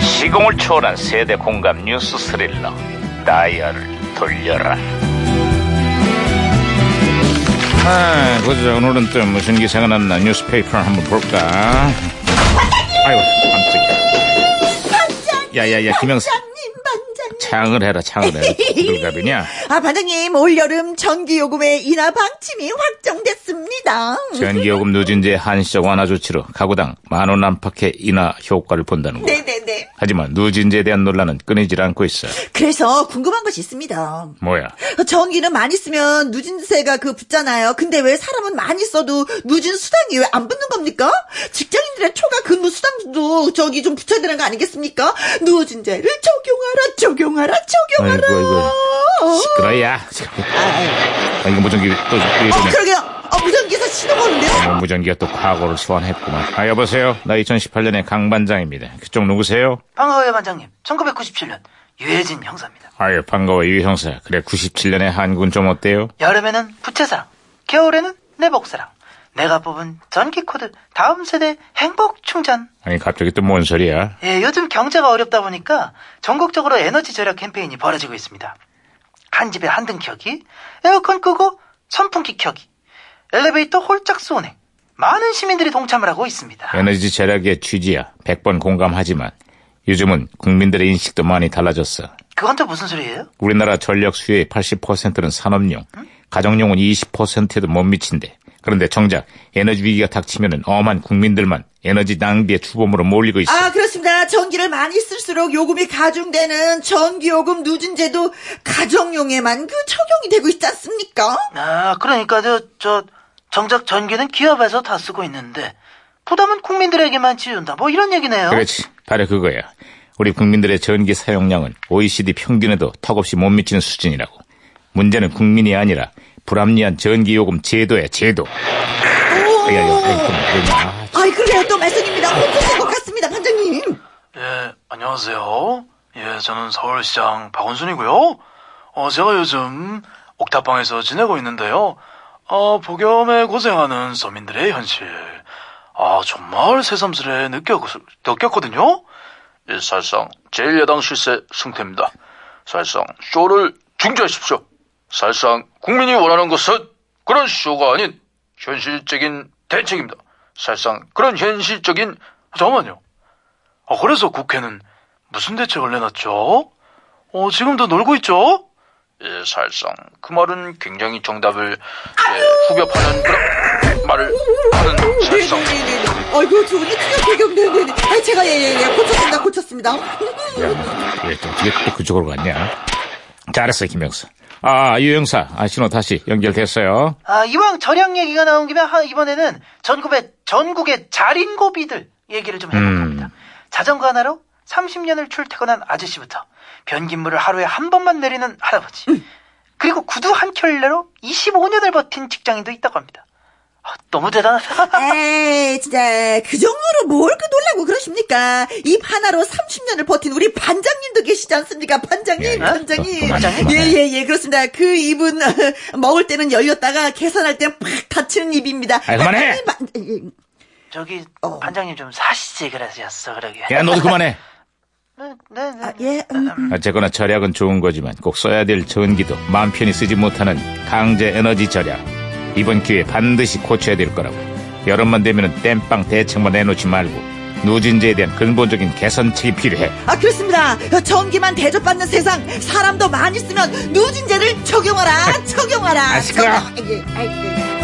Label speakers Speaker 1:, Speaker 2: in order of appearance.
Speaker 1: 시공을 초월한 세대 공감 뉴스 스릴러 다이얼을 돌려라 아, 보자 오늘은 또 무슨 기사가 났나 뉴스페이퍼를 한번 볼까 아이고 깜짝이야 야야야 김영사
Speaker 2: 반장님, 반장님.
Speaker 1: 창을 해라 창을 해라 누가비냐
Speaker 2: 아, 반장님, 올여름 전기요금의 인하 방침이 확정됐습니다.
Speaker 1: 전기요금 누진제 한시적 완화 조치로 가구당 만 원 안팎의 인하 효과를 본다는 거야
Speaker 2: 네네네.
Speaker 1: 하지만 누진제에 대한 논란은 끊이질 않고 있어
Speaker 2: 그래서 궁금한 것이 있습니다.
Speaker 1: 뭐야
Speaker 2: 전기는 많이 쓰면 누진세가 그 붙잖아요. 근데 왜 사람은 많이 써도 누진 수당이 왜 안 붙는 겁니까? 직장인들의 초과 근무 수당도 저기 좀 붙여야 되는 거 아니겠습니까? 누진제를 적용하라, 적용하라, 적용하라.
Speaker 1: 아이고, 아이고. 시끄러야. 아, 이거 무전기 또
Speaker 2: 어,
Speaker 1: 이러네.
Speaker 2: 그러게요. 어, 무전기에서 신호가 오는데요.
Speaker 1: 어, 무전기가 또 과거를 소환했구만. 아 여보세요. 나 2018년의 강 반장입니다. 그쪽 누구세요?
Speaker 3: 반가워요, 반장님. 1997년 유해진 형사입니다.
Speaker 1: 아유 반가워 유 형사. 그래 97년의 한군 좀 어때요?
Speaker 3: 여름에는 부채사랑, 겨울에는 내 복사랑, 내가 뽑은 전기코드 다음 세대 행복 충전.
Speaker 1: 아니 갑자기 또 뭔 소리야?
Speaker 3: 예, 요즘 경제가 어렵다 보니까 전국적으로 에너지 절약 캠페인이 벌어지고 있습니다. 한 집에 한등 켜기, 에어컨 끄고 선풍기 켜기, 엘리베이터 홀짝 수운행. 많은 시민들이 동참을 하고 있습니다.
Speaker 1: 에너지 절약의 취지야. 100번 공감하지만 요즘은 국민들의 인식도 많이 달라졌어.
Speaker 3: 그건 또 무슨 소리예요?
Speaker 1: 우리나라 전력 수요의 80%는 산업용, 가정용은 20%에도 못 미친대. 그런데 정작 에너지 위기가 닥치면은 엄한 국민들만 에너지 낭비의 주범으로 몰리고 있어.
Speaker 2: 아, 그렇습니다. 전기를 많이 쓸수록 요금이 가중되는 전기요금 누진제도 가정용에만 그 적용이 되고 있지 않습니까?
Speaker 3: 아, 그러니까 저, 저 정작 전기는 기업에서 다 쓰고 있는데 부담은 국민들에게만 지운다. 뭐 이런 얘기네요.
Speaker 1: 그렇지. 바로 그거야. 우리 국민들의 전기 사용량은 OECD 평균에도 턱없이 못 미치는 수준이라고. 문제는 국민이 아니라 불합리한 전기요금 제도야, 제도. 야, 야, 야, 야, 야.
Speaker 2: 아이, 그래요. 또 말씀입니다. 혼선된 것 같습니다, 반장님.
Speaker 3: 예, 안녕하세요. 예, 저는 서울시장 박원순이고요. 어, 제가 요즘 옥탑방에서 지내고 있는데요. 어, 폭염에 고생하는 서민들의 현실. 아, 정말 새삼스레 느꼈, 느꼈거든요. 예, 사실상 제1야당 실세 승태입니다. 사실상 쇼를 중지하십시오. 사실상 국민이 원하는 것은 그런 쇼가 아닌 현실적인 대책입니다. 사실상 그런 현실적인 잠깐만요. 어, 그래서 국회는 무슨 대책을 내놨죠? 어, 지금도 놀고 있죠? 예, 사실상 그 말은 굉장히 정답을 예, 후벼파는 그런 말을 하는 사실상
Speaker 2: 네네네네. 아이고, 두 분이 특별 배경, 네네네. 아, 제가 예, 예, 예. 고쳤습니다, 고쳤습니다.
Speaker 1: 야, 왜 또, 어떻게 또 그쪽으로 갔냐? 잘했어, 김영사. 아, 유 형사. 아, 신호 다시 연결됐어요.
Speaker 3: 아, 이왕 절약 얘기가 나온 김에 하- 이번에는 전국의 전국의 자린고비들 얘기를 좀 해볼
Speaker 1: 음.
Speaker 3: 겁니다. 자전거 하나로 30년을 출퇴근한 아저씨부터 변기물을 하루에 한 번만 내리는 할아버지
Speaker 1: 음.
Speaker 3: 그리고 구두 한 켤레로 25년을 버틴 직장인도 있다고 합니다. 아, 너무 대단하다.
Speaker 2: 에이, 진짜, 그 정도로 뭘 그 놀라고 그러십니까? 입 하나로 30년을 버틴 우리 반장님도 계시지 않습니까?
Speaker 1: 예,
Speaker 2: 반장님,
Speaker 1: 예. 또,
Speaker 2: 반장님.
Speaker 1: 또 네.
Speaker 3: 반장님?
Speaker 2: 예, 예, 예, 그렇습니다. 그 입은, 먹을 때는 열렸다가 계산할 땐 팍 닫히는 입입니다.
Speaker 1: 아이, 그만해!
Speaker 2: 반- 예.
Speaker 3: 저기
Speaker 2: 어.
Speaker 3: 반장님 좀 사시지 그러셨어 그러게.
Speaker 1: 야, 너도 그만해.
Speaker 3: 네, 네, 네.
Speaker 2: 아, 예, 음,
Speaker 1: 어쨌거나 절약은 좋은 거지만 꼭 써야 될 전기도 마음 편히 쓰지 못하는 강제 에너지 절약. 이번 기회에 반드시 고쳐야 될 거라고. 여름만 되면은 땜빵 대책만 내놓지 말고 누진제에 대한 근본적인 개선책이 필요해.
Speaker 2: 아, 그렇습니다. 전기만 대접받는 세상, 사람도 많이 쓰면 누진제를 적용하라, 적용하라.
Speaker 1: 아, 시끄러워.
Speaker 2: 적용- 예, 아이, 예.